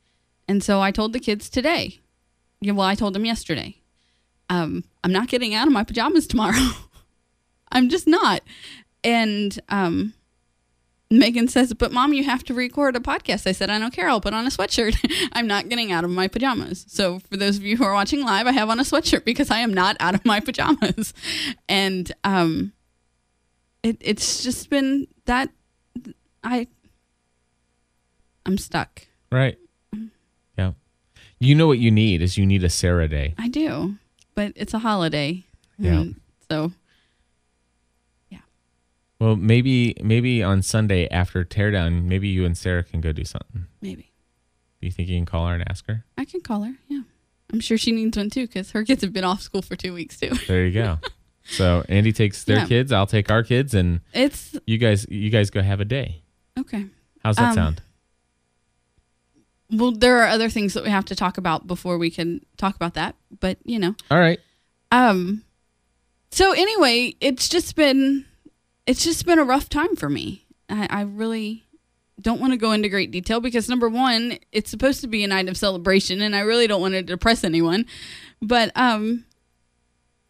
S6: And so I told the kids today. Yeah, well, I told them yesterday. Um, I'm not getting out of my pajamas tomorrow. I'm just not. And um, Megan says, "But mom, you have to record a podcast." I said, "I don't care. I'll put on a sweatshirt. I'm not getting out of my pajamas." So, for those of you who are watching live, I have on a sweatshirt because I am not out of my pajamas. And um, it it's just been that I I'm stuck.
S1: Right. Yeah. You know what you need is you need a Sarah day.
S6: I do, but it's a holiday.
S1: Yeah.
S6: And so
S1: Well, maybe maybe on Sunday after teardown, maybe you and Sarah can go do something.
S6: maybe
S1: Do you think you can call her and ask her?
S6: I can call her. Yeah. I'm sure she needs one too because her kids have been off school for two weeks too.
S1: There you go. so Andy takes their
S6: Yeah.
S1: kids, I'll take our kids, and
S6: It's
S1: you guys you guys go have a day.
S6: okay.
S1: How's that
S6: Um,
S1: sound?
S6: Well, there are other things that we have to talk about before we can talk about that, but you know.
S1: All right.
S6: Um so anyway, it's just been it's just been a rough time for me. I, I really don't want to go into great detail because number one, it's supposed to be a night of celebration and I really don't want to depress anyone. But um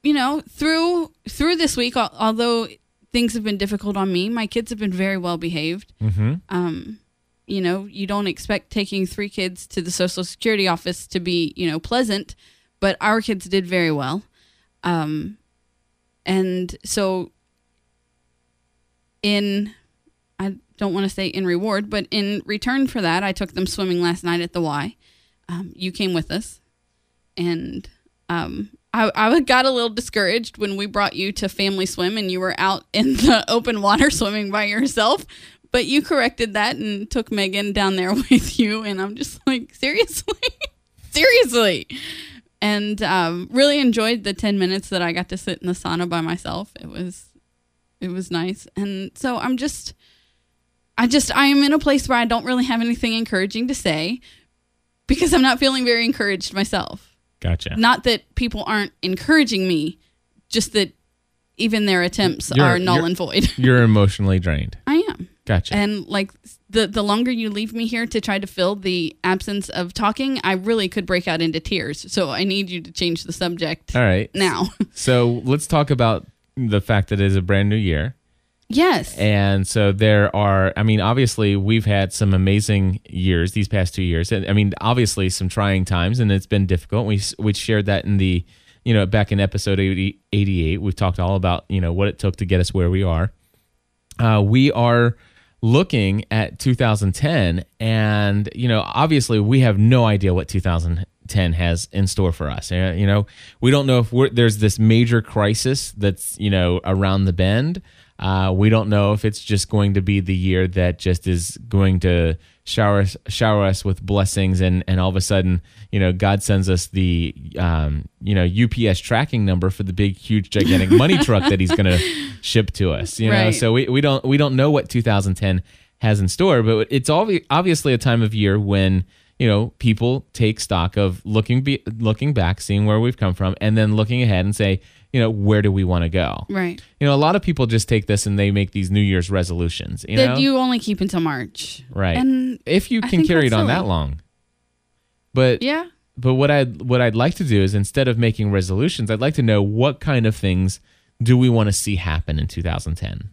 S6: you know, through through this week al- although things have been difficult on me, my kids have been very well behaved
S1: Mm-hmm.
S6: um, you know, you don't expect taking three kids to the Social Security office to be, you know, pleasant, but our kids did very well. Um, and so, in, I don't want to say in reward, but in return for that, I took them swimming last night at the Y. Um, you came with us. And um, I, I got a little discouraged when we brought you to Family Swim and you were out in the open water swimming by yourself. But you corrected that and took Megan down there with you. And I'm just like, seriously? seriously? And um, really enjoyed the 10 minutes that I got to sit in the sauna by myself. It was, it was nice. And so I'm just, I just, I am in a place where I don't really have anything encouraging to say because I'm not feeling very encouraged myself
S1: Gotcha.
S6: not that people aren't encouraging me just that even their attempts
S1: You're-
S6: are null
S1: you're-
S6: and void
S1: You're emotionally drained.
S6: i am
S1: Gotcha.
S6: and like the the longer you leave me here to try to fill the absence of talking i really could break out into tears so i need you to change the subject
S1: All right.
S6: now
S1: So let's talk about the fact that it is a brand new year.
S6: yes
S1: And so there are, I mean, obviously, we've had some amazing years these past two years. And I mean, obviously, some trying times, and it's been difficult. We we shared that in the, you know, back in episode 80, 88. We've talked all about, you know, what it took to get us where we are. Uh, we are looking at 2010, and, you know, obviously, we have no idea what 2010 has in store for us. Uh, You know, we don't know if we're, there's this major crisis that's, you know, around the bend. Uh, we don't know if it's just going to be the year that just is going to shower us, shower us with blessings, and and all of a sudden, you know, God sends us the um, you know UPS tracking number for the big, huge, gigantic money truck that He's going to ship to us. You know,
S6: Right.
S1: so we, we don't we don't know what 2010 has in store, but it's obvi- obviously a time of year when you know people take stock of looking be- looking back, seeing where we've come from, and then looking ahead and say, you know, where do we want to go?
S6: right
S1: You know, a lot of people just take this and they make these New Year's resolutions. You know,
S6: that you only keep until march
S1: right?
S6: and
S1: if you
S6: I
S1: can
S6: think
S1: carry it
S6: that's
S1: on that
S6: silly.
S1: long, but
S6: yeah
S1: but what I would what I'd like to do is instead of making resolutions, I'd like to know what kind of things do we want to see happen in 2010.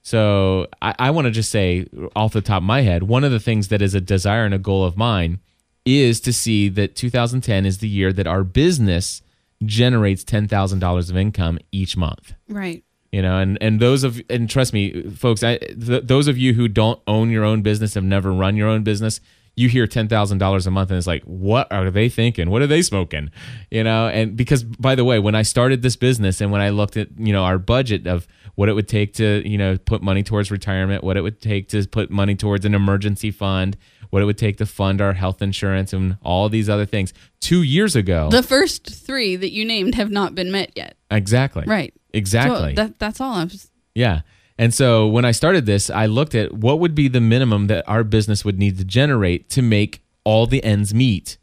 S1: So I, I want to just say off the top of my head, one of the things that is a desire and a goal of mine is to see that 2010 is the year that our business generates ten thousand dollars of income each month
S6: right
S1: you know and and those of and trust me folks i th- those of you who don't own your own business have never run your own business you hear $10,000 a month and it's like what are they thinking what are they smoking you know and because by the way when i started this business and when i looked at you know our budget of what it would take to you know put money towards retirement what it would take to put money towards an emergency fund what it would take to fund our health insurance and all these other things 2 years ago
S6: the first three that you named have not been met yet
S1: exactly
S6: right So
S1: exactly
S6: that, that's all i'm
S1: yeah. And so when I started this, I looked at what would be the minimum that our business would need to generate to make all the ends meet.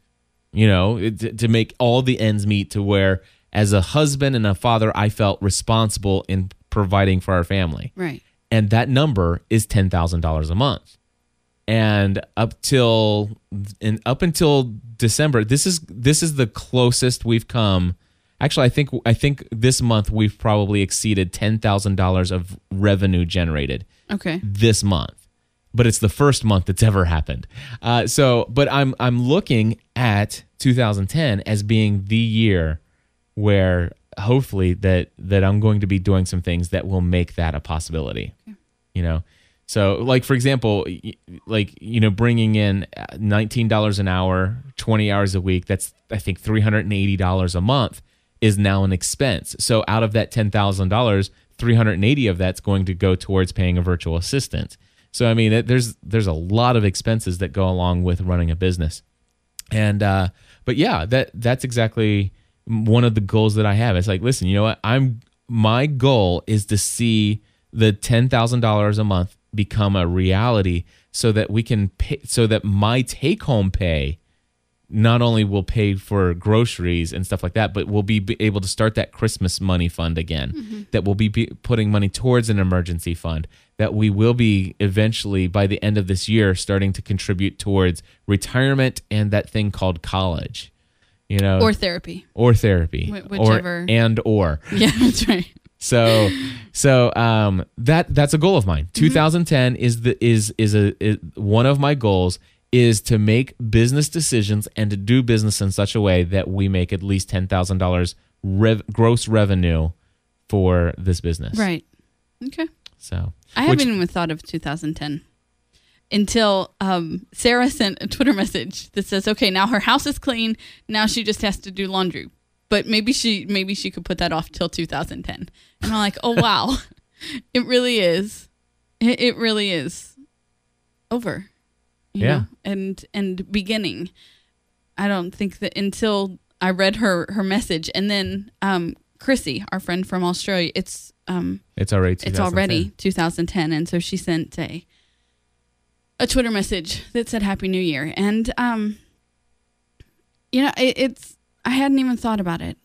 S1: You know, it- to, to make all the ends meet to where, as a husband and a father, I felt responsible in providing for our family.
S6: right
S1: And that number is $10,000 a month. And up till and up until December, this is this is the closest we've come. Actually, I think I think this month we've probably exceeded ten thousand dollars of revenue generated
S6: okay
S1: this month, but it's the first month that's ever happened. Uh, so, but I'm I'm looking at 2010 as being the year where hopefully that that I'm going to be doing some things that will make that a possibility. You know, so like for example, y- like you know, bringing in uh, $19 an hour, 20 hours a week. That's I think $380 a month is now an expense. So out of that $10,000, 380 of that's going to go towards paying a virtual assistant. So I mean, it, there's there's a lot of expenses that go along with running a business. And uh but yeah, that that's exactly one of the goals that I have. It's like, listen, you know what? I'm my goal is to see the $10,000 a month become a reality so that we can pay so that my take home pay not only will pay for groceries and stuff like that, but we'll be be able to start that Christmas money fund again.
S6: Mm-hmm.
S1: That we'll be, be putting money towards an emergency fund. That we will be eventually, by the end of this year, starting to contribute towards retirement and that thing called college, you know,
S6: or therapy
S1: or therapy,
S6: Wh-
S1: or-
S6: whichever.
S1: and or.
S6: yeah that's right
S1: So, so um, that that's a goal of mine.
S6: Mm-hmm.
S1: 2010 is the is is a is one of my goals is to make business decisions and to do business in such a way that we make at least ten thousand dollars rev- gross revenue for this business.
S6: right okay
S1: So
S6: I
S1: which-
S6: haven't even thought of 2010 until um, Sarah sent a Twitter message that says, "Okay, now her house is clean. Now she just has to do laundry." but maybe she maybe she could put that off till 2010. And I'm like, oh wow, it really is, it, it really is over. you
S1: Yeah.
S6: know, and and beginning. I don't think that until I read her her message, and then um, Chrissy, our friend from Australia, it's um,
S1: It's already.
S6: it's already 2010 and so she sent a a twitter message that said happy new year and um you know it, it's i hadn't even thought about it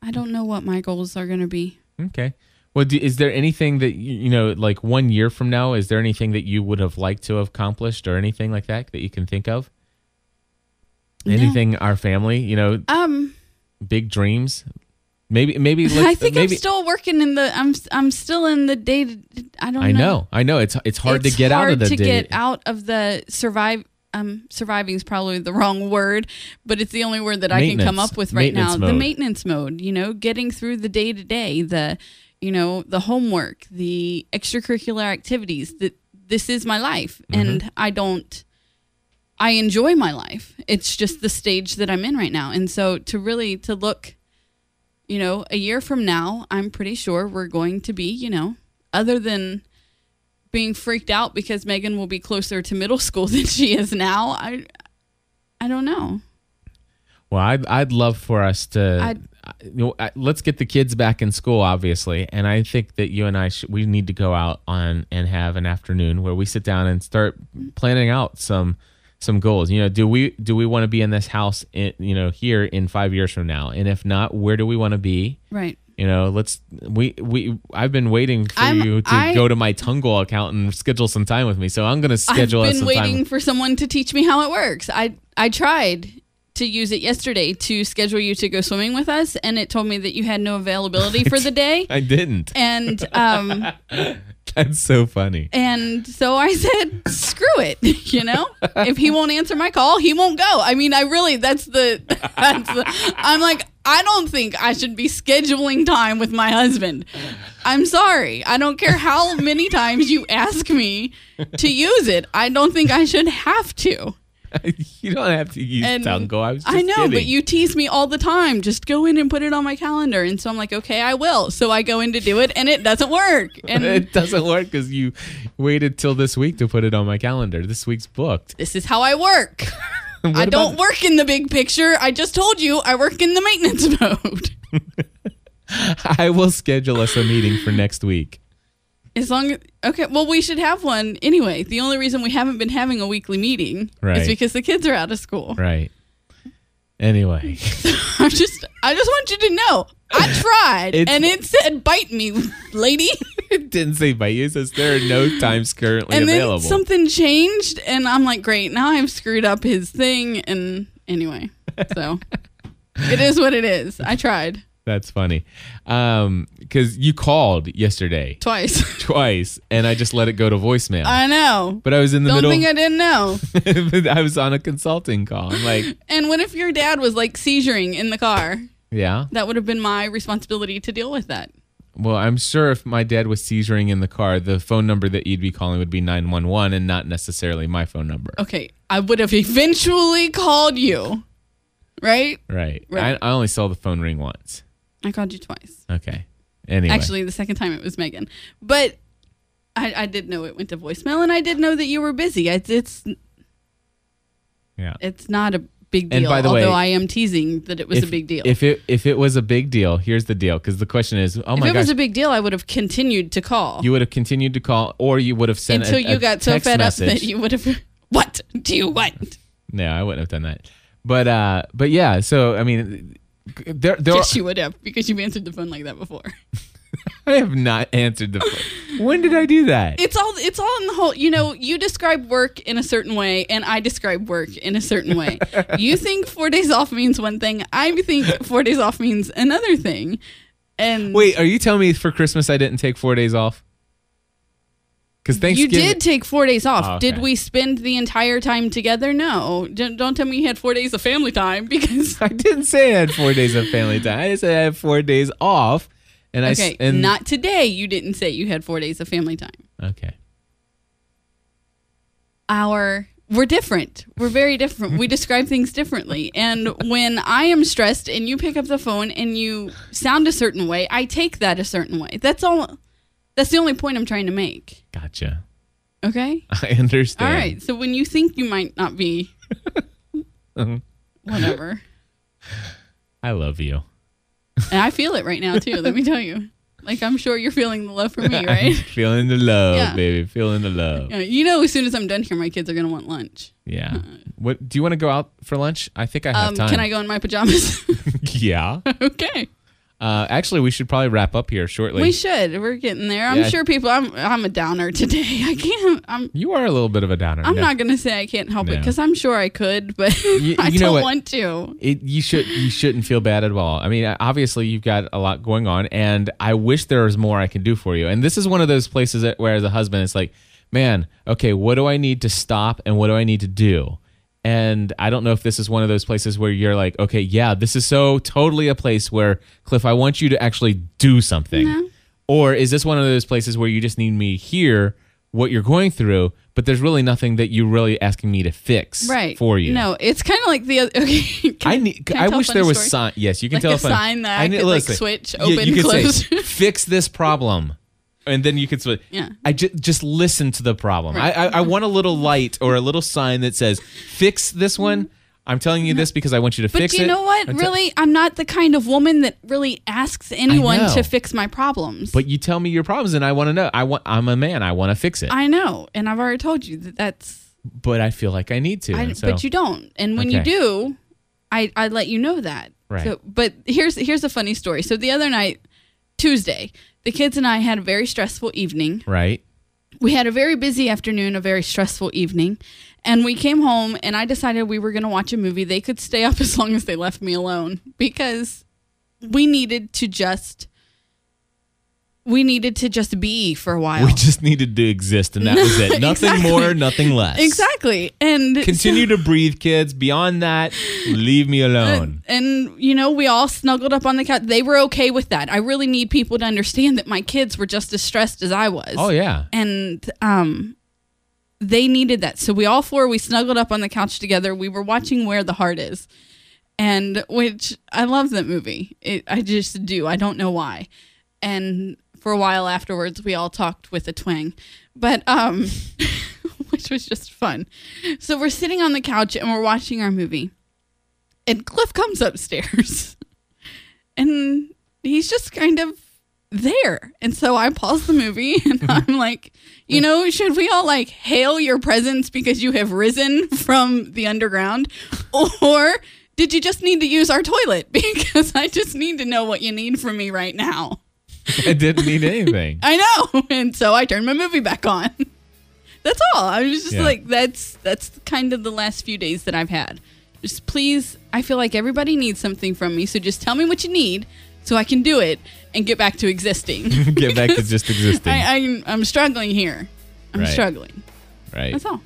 S6: i don't know what my goals are going to be
S1: Okay. Well, do, is there anything that you, you know, like one year from now, is there anything that you would have liked to have accomplished or anything like that that you can think of? Anything our family, you know,
S6: um
S1: big dreams. Maybe, maybe. let's-
S6: i think i'm
S1: maybe,
S6: still working in the i'm i'm still in the day to, i don't
S1: I know, I know. It's it's hard
S6: It's
S1: to get out of
S6: hard
S1: the
S6: to
S1: day.
S6: get out of the survive um surviving is probably the wrong word but it's the only word that i can come
S1: Maintenance.
S6: up with right now
S1: Maintenance
S6: the
S1: mode.
S6: maintenance mode you know getting through the day to day the you know the homework the extracurricular activities that this is my life
S1: Mm-hmm.
S6: and i don't i enjoy my life it's just the stage that i'm in right now and so to really to look you know a year from now i'm pretty sure we're going to be you know other than being freaked out because Megan will be closer to middle school than she is now. I I don't know.
S1: Well, I'd, I'd love for us to.
S6: I'd-
S1: I- you know, I- let's get the kids back in school, obviously, and I think that you and I should, we need to go out on and have an afternoon where we sit down and start planning out some some goals. You know, do we do we want to be in this house, in, you know, here in five years from now, and if not, where do we want to be?
S6: Right.
S1: You know, let's we we I've been waiting for
S6: I'm-
S1: you to
S6: I-
S1: go to my Tungle account and schedule some time with me, so I'm gonna schedule
S6: I've
S1: us
S6: been
S1: some
S6: waiting
S1: time.
S6: for someone to teach me how it works. I I tried to use it yesterday to schedule you to go swimming with us and it told me that you had no availability for the day.
S1: I didn't.
S6: And um
S1: That's so funny.
S6: and so I said, "Screw it!" You know, if he won't answer my call, he won't go. I mean, I really that's the, that's the I'm like, I don't think I should be scheduling time with my husband. I'm sorry. I don't care how many times you ask me to use it. I don't think I should have to.
S1: you don't have to use
S6: And
S1: Tungo. I was just
S6: I know,
S1: kidding.
S6: but you tease me all the time. Just go in and put it on my calendar. And so I'm like, okay, I will. So I go in to do it, and it doesn't work. And
S1: it doesn't work because you waited till this week to put it on my calendar. This week's booked.
S6: this is how I work. I
S1: about-
S6: don't work in the big picture. I just told you I work in the maintenance mode.
S1: I will schedule us a meeting for next week.
S6: As long as okay, well, we should have one anyway. The only reason we haven't been having a weekly meeting
S1: Right.
S6: is because the kids are out of school.
S1: Right. Anyway,
S6: I'm just, I just want you to know, I tried,
S1: It's-
S6: and it said, "Bite me, lady."
S1: it didn't say by you. It says there are no times currently
S6: and then
S1: available.
S6: something changed, and I'm like, "Great, now I've screwed up his thing." And anyway, so it is what it is. I tried
S1: That's funny. Because you called yesterday
S6: twice.
S1: twice and I just let it go to voicemail.
S6: I know.
S1: but I was in the
S6: Don't
S1: middle.
S6: think I didn't know.
S1: but I was on a consulting call. I'm like,
S6: And what if your dad was like seizuring in the car?
S1: yeah.
S6: That would have been my responsibility to deal with that.
S1: Well, I'm sure if my dad was seizuring in the car, the phone number that you'd be calling would be 911 and not necessarily my phone number.
S6: Okay, I would have eventually called you, right?
S1: Right.
S6: Right.
S1: I, I only saw the phone ring once.
S6: I called you twice.
S1: Okay. Anyway.
S6: Actually, the second time it was Megan, but I, I did know it went to voicemail, and I did know that you were busy. It's it's
S1: yeah.
S6: it's not a big deal.
S1: And by the way-
S6: although I am teasing that it was
S1: if,
S6: a big deal.
S1: If oh it if it was a big deal, here's the deal. Because the question is, oh
S6: If
S1: my
S6: it was
S1: gosh,
S6: a big deal, I would have continued to call
S1: you would have continued to call, or you would have sent a-
S6: until
S1: a
S6: you got so
S1: text
S6: fed
S1: message.
S6: up that you would have. What do you want?
S1: No, I wouldn't have done that. But uh, but yeah. So I mean, there there.
S6: Yes, you would have because you've answered the phone like that before.
S1: I have not answered the. phone. when did I do that?
S6: it's all it's all in the whole you know you describe work in a certain way and i describe work in a certain way you think four days off means one thing i think four days off means another thing and
S1: Wait, are you telling me for Christmas I didn't take four days off? Because
S6: you
S1: Thanksgiving.
S6: did take four days off
S1: Oh, okay.
S6: did we spend the entire time together no D- don't tell me you had four days of family time because
S1: I didn't say I had four days of family time. I just said I had four days off, and I s-
S6: okay
S1: and
S6: not today you didn't say you had four days of family time
S1: okay.
S6: our we're different. We're very different. We describe things differently. And when I am stressed and you pick up the phone and you sound a certain way, I take that a certain way. That's all. That's the only point I'm trying to make.
S1: Gotcha.
S6: Okay?
S1: I understand.
S6: All right. So when you think you might not be,
S1: Uh-huh.
S6: whatever.
S1: I love you.
S6: And I feel it right now, too. Let me tell you. Like, I'm sure you're feeling the love for me,
S1: I'm
S6: right?
S1: feeling the love,
S6: Yeah.
S1: baby. Feeling the love.
S6: Yeah, you know, as soon as I'm done here, my kids are going to want lunch.
S1: Yeah. What do you want to go out for lunch? I think I have
S6: Um,
S1: time.
S6: can I go in my pajamas?
S1: yeah.
S6: okay.
S1: Uh, actually, we should probably wrap up here shortly.
S6: We should. We're getting there. I'm
S1: Yeah.
S6: sure people. I'm. I'm a downer today. I can't. I'm.
S1: you are a little bit of a downer.
S6: I'm
S1: No.
S6: not gonna say I can't help it
S1: No.
S6: because I'm sure I could, but
S1: You-
S6: I
S1: you know
S6: don't
S1: what?
S6: want to.
S1: It, you should you shouldn't feel bad at all. I mean, obviously you've got a lot going on, and I wish there was more I could do for you. And this is one of those places that, where, as a husband, it's like, man, okay, what do I need to stop, and what do I need to do? And I don't know if this is one of those places where you're like, okay, yeah, this is so totally a place where Cliff, I want you to actually do something, or is this one of those places where you just need me to hear what you're going through, but there's really nothing that you're really asking me to fix
S6: Right
S1: for you?
S6: No, it's kind of like the other. Okay, can
S1: I need.
S6: can
S1: I,
S6: tell a
S1: wish
S6: funny
S1: there was
S6: story?
S1: sign. Yes, you can
S6: Like
S1: tell
S6: a
S1: if I'm-
S6: sign that I
S1: need-
S6: could, like, switch, open,
S1: could say,
S6: close.
S1: Fix this problem, and then you could switch.
S6: Yeah.
S1: I ju- just listen to the problem.
S6: Right.
S1: I, I I want a little light or a little sign that says fix this one. I'm telling you this because I want you to
S6: Mm-hmm. But
S1: fix it.
S6: do you know what?
S1: I'm te-
S6: really, I'm not the kind of woman that really asks anyone
S1: know.
S6: to fix my problems.
S1: but you tell me your problems, and I want to know. I want. I'm a man. I want to fix it,
S6: I know, and I've already told you that that's.
S1: but I feel like I need to.
S6: I,
S1: and so,
S6: but you don't. And when you
S1: Okay.
S6: do, I I let you know that.
S1: Right.
S6: So, but here's here's a funny story. So the other night, Tuesday, the kids and I had a very stressful evening.
S1: right?
S6: We had a very busy afternoon, a very stressful evening, and we came home and I decided we were going to watch a movie. They could stay up as long as they left me alone because we needed to just we needed to just be for a while.
S1: We just needed to exist, and that was it. Nothing
S6: Exactly.
S1: more, nothing less.
S6: exactly. And
S1: Continue to breathe, kids. Beyond that, leave
S6: Uh,
S1: me alone.
S6: and you know we all snuggled up on the couch they were okay with that i really need people to understand that my kids were just as stressed as i was
S1: Oh yeah.
S6: and um they needed that so we all four we snuggled up on the couch together we were watching where the heart is and which i love that movie it, i just do i don't know why and for a while afterwards we all talked with a twang but um which was just fun so we're sitting on the couch and we're watching our movie and cliff comes upstairs and he's just kind of there and so i pause the movie and i'm like you know should we all like hail your presence because you have risen from the underground or did you just need to use our toilet because i just need to know what you need from me right now
S1: I didn't need anything.
S6: I know. And so I turned my movie back on. That's all. I was just
S1: Yeah.
S6: like, that's that's kind of the last few days that I've had. Just please, I feel like everybody needs something from me, so just tell me what you need so I can do it and get back to existing.
S1: Get back to
S6: Because
S1: just existing.
S6: I, I'm I'm struggling here. I'm
S1: Right.
S6: struggling.
S1: right.
S6: That's all.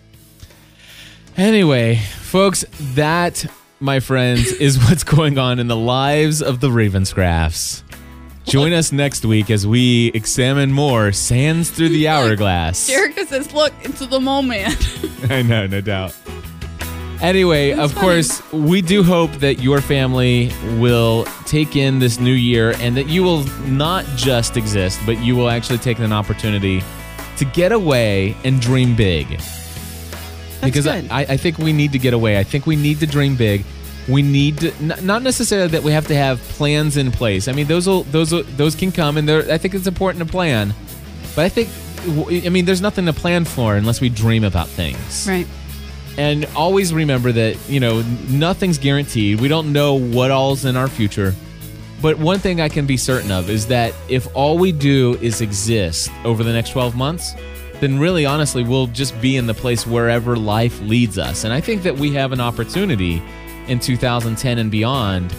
S1: Anyway, folks, that, my friends, is what's going on in the lives of the Ravenscrafts. Join us next week as we examine more Sands Through the Hourglass.
S6: Erica says, "Look, it's the moment."
S1: I know, no doubt. Anyway, of
S6: funny.
S1: course, we do hope that your family will take in this new year and that you will not just exist, but you will actually take an opportunity to get away and dream big. because I
S6: good.
S1: I, I think we need to get away. I think we need to dream big. We need to n- not necessarily that we have to have plans in place. I mean, those will those will, those can come, and they're- I think it's important to plan. But I think, w- I mean, there's nothing to plan for unless we dream about things.
S6: right.
S1: And always remember that, you know, nothing's guaranteed. We don't know what all's in our future. But one thing I can be certain of is that if all we do is exist over the next 12 months, then really honestly, we'll just be in the place wherever life leads us. And I think that we have an opportunity in 2010 and beyond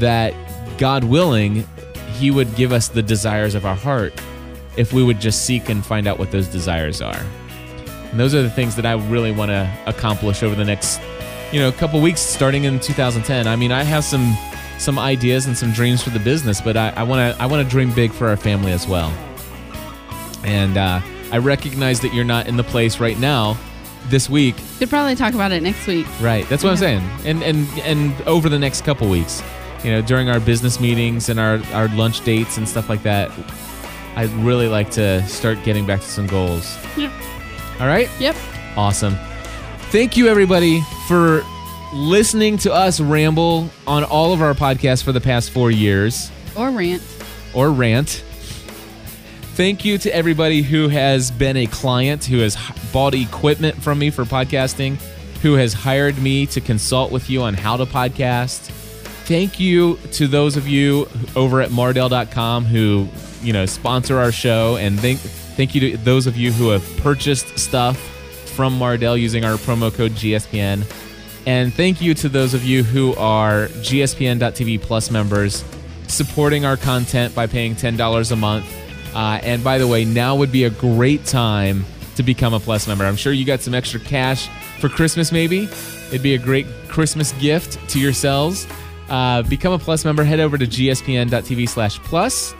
S1: that, God willing, He would give us the desires of our heart if we would just seek and find out what those desires are. And those are the things that I really want to accomplish over the next, you know, couple weeks starting in 2010. I mean, I have some some ideas and some dreams for the business, but I want to I want to dream big for our family as well. And uh, I recognize that you're not in the place right now this week.
S6: Could probably talk about it next week.
S1: Right. That's what I'm saying. And and and over the next couple weeks, you know, during our business meetings and our our lunch dates and stuff like that, I'd really like to start getting back to some goals.
S6: Yep.
S1: All right?
S6: Yep.
S1: Awesome. Thank you everybody for listening to us ramble on all of our podcasts for the past 4 years
S6: Or rant.
S1: or rant. Thank you to everybody who has been a client, who has h- bought equipment from me for podcasting, who has hired me to consult with you on how to podcast. Thank you to those of you over at Mardell.com who, you know, sponsor our show. And thank, thank you to those of you who have purchased stuff from Mardell using our promo code GSPN. And thank you to those of you who are GSPN.TV Plus members supporting our content by paying $10 a month. Uh, and by the way, now would be a great time to become a Plus member. I'm sure you got some extra cash for Christmas, maybe. It'd be a great Christmas gift to yourselves. Uh, become a Plus member. Head over to gspn.tv slash plus.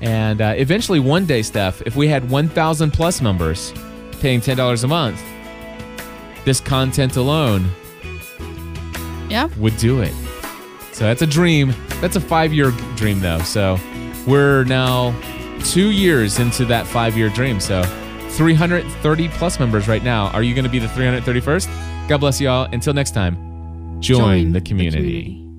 S1: And uh, eventually, one day, Steph, if we had 1,000 Plus members paying $10 a month, this content alone
S6: Yeah.
S1: would do it. So that's a dream. That's a five year dream, though. So we're now two years into that five year dream. So 330 plus members right now. Are you going to be the 331st? God bless you all. Until next time, join, the community.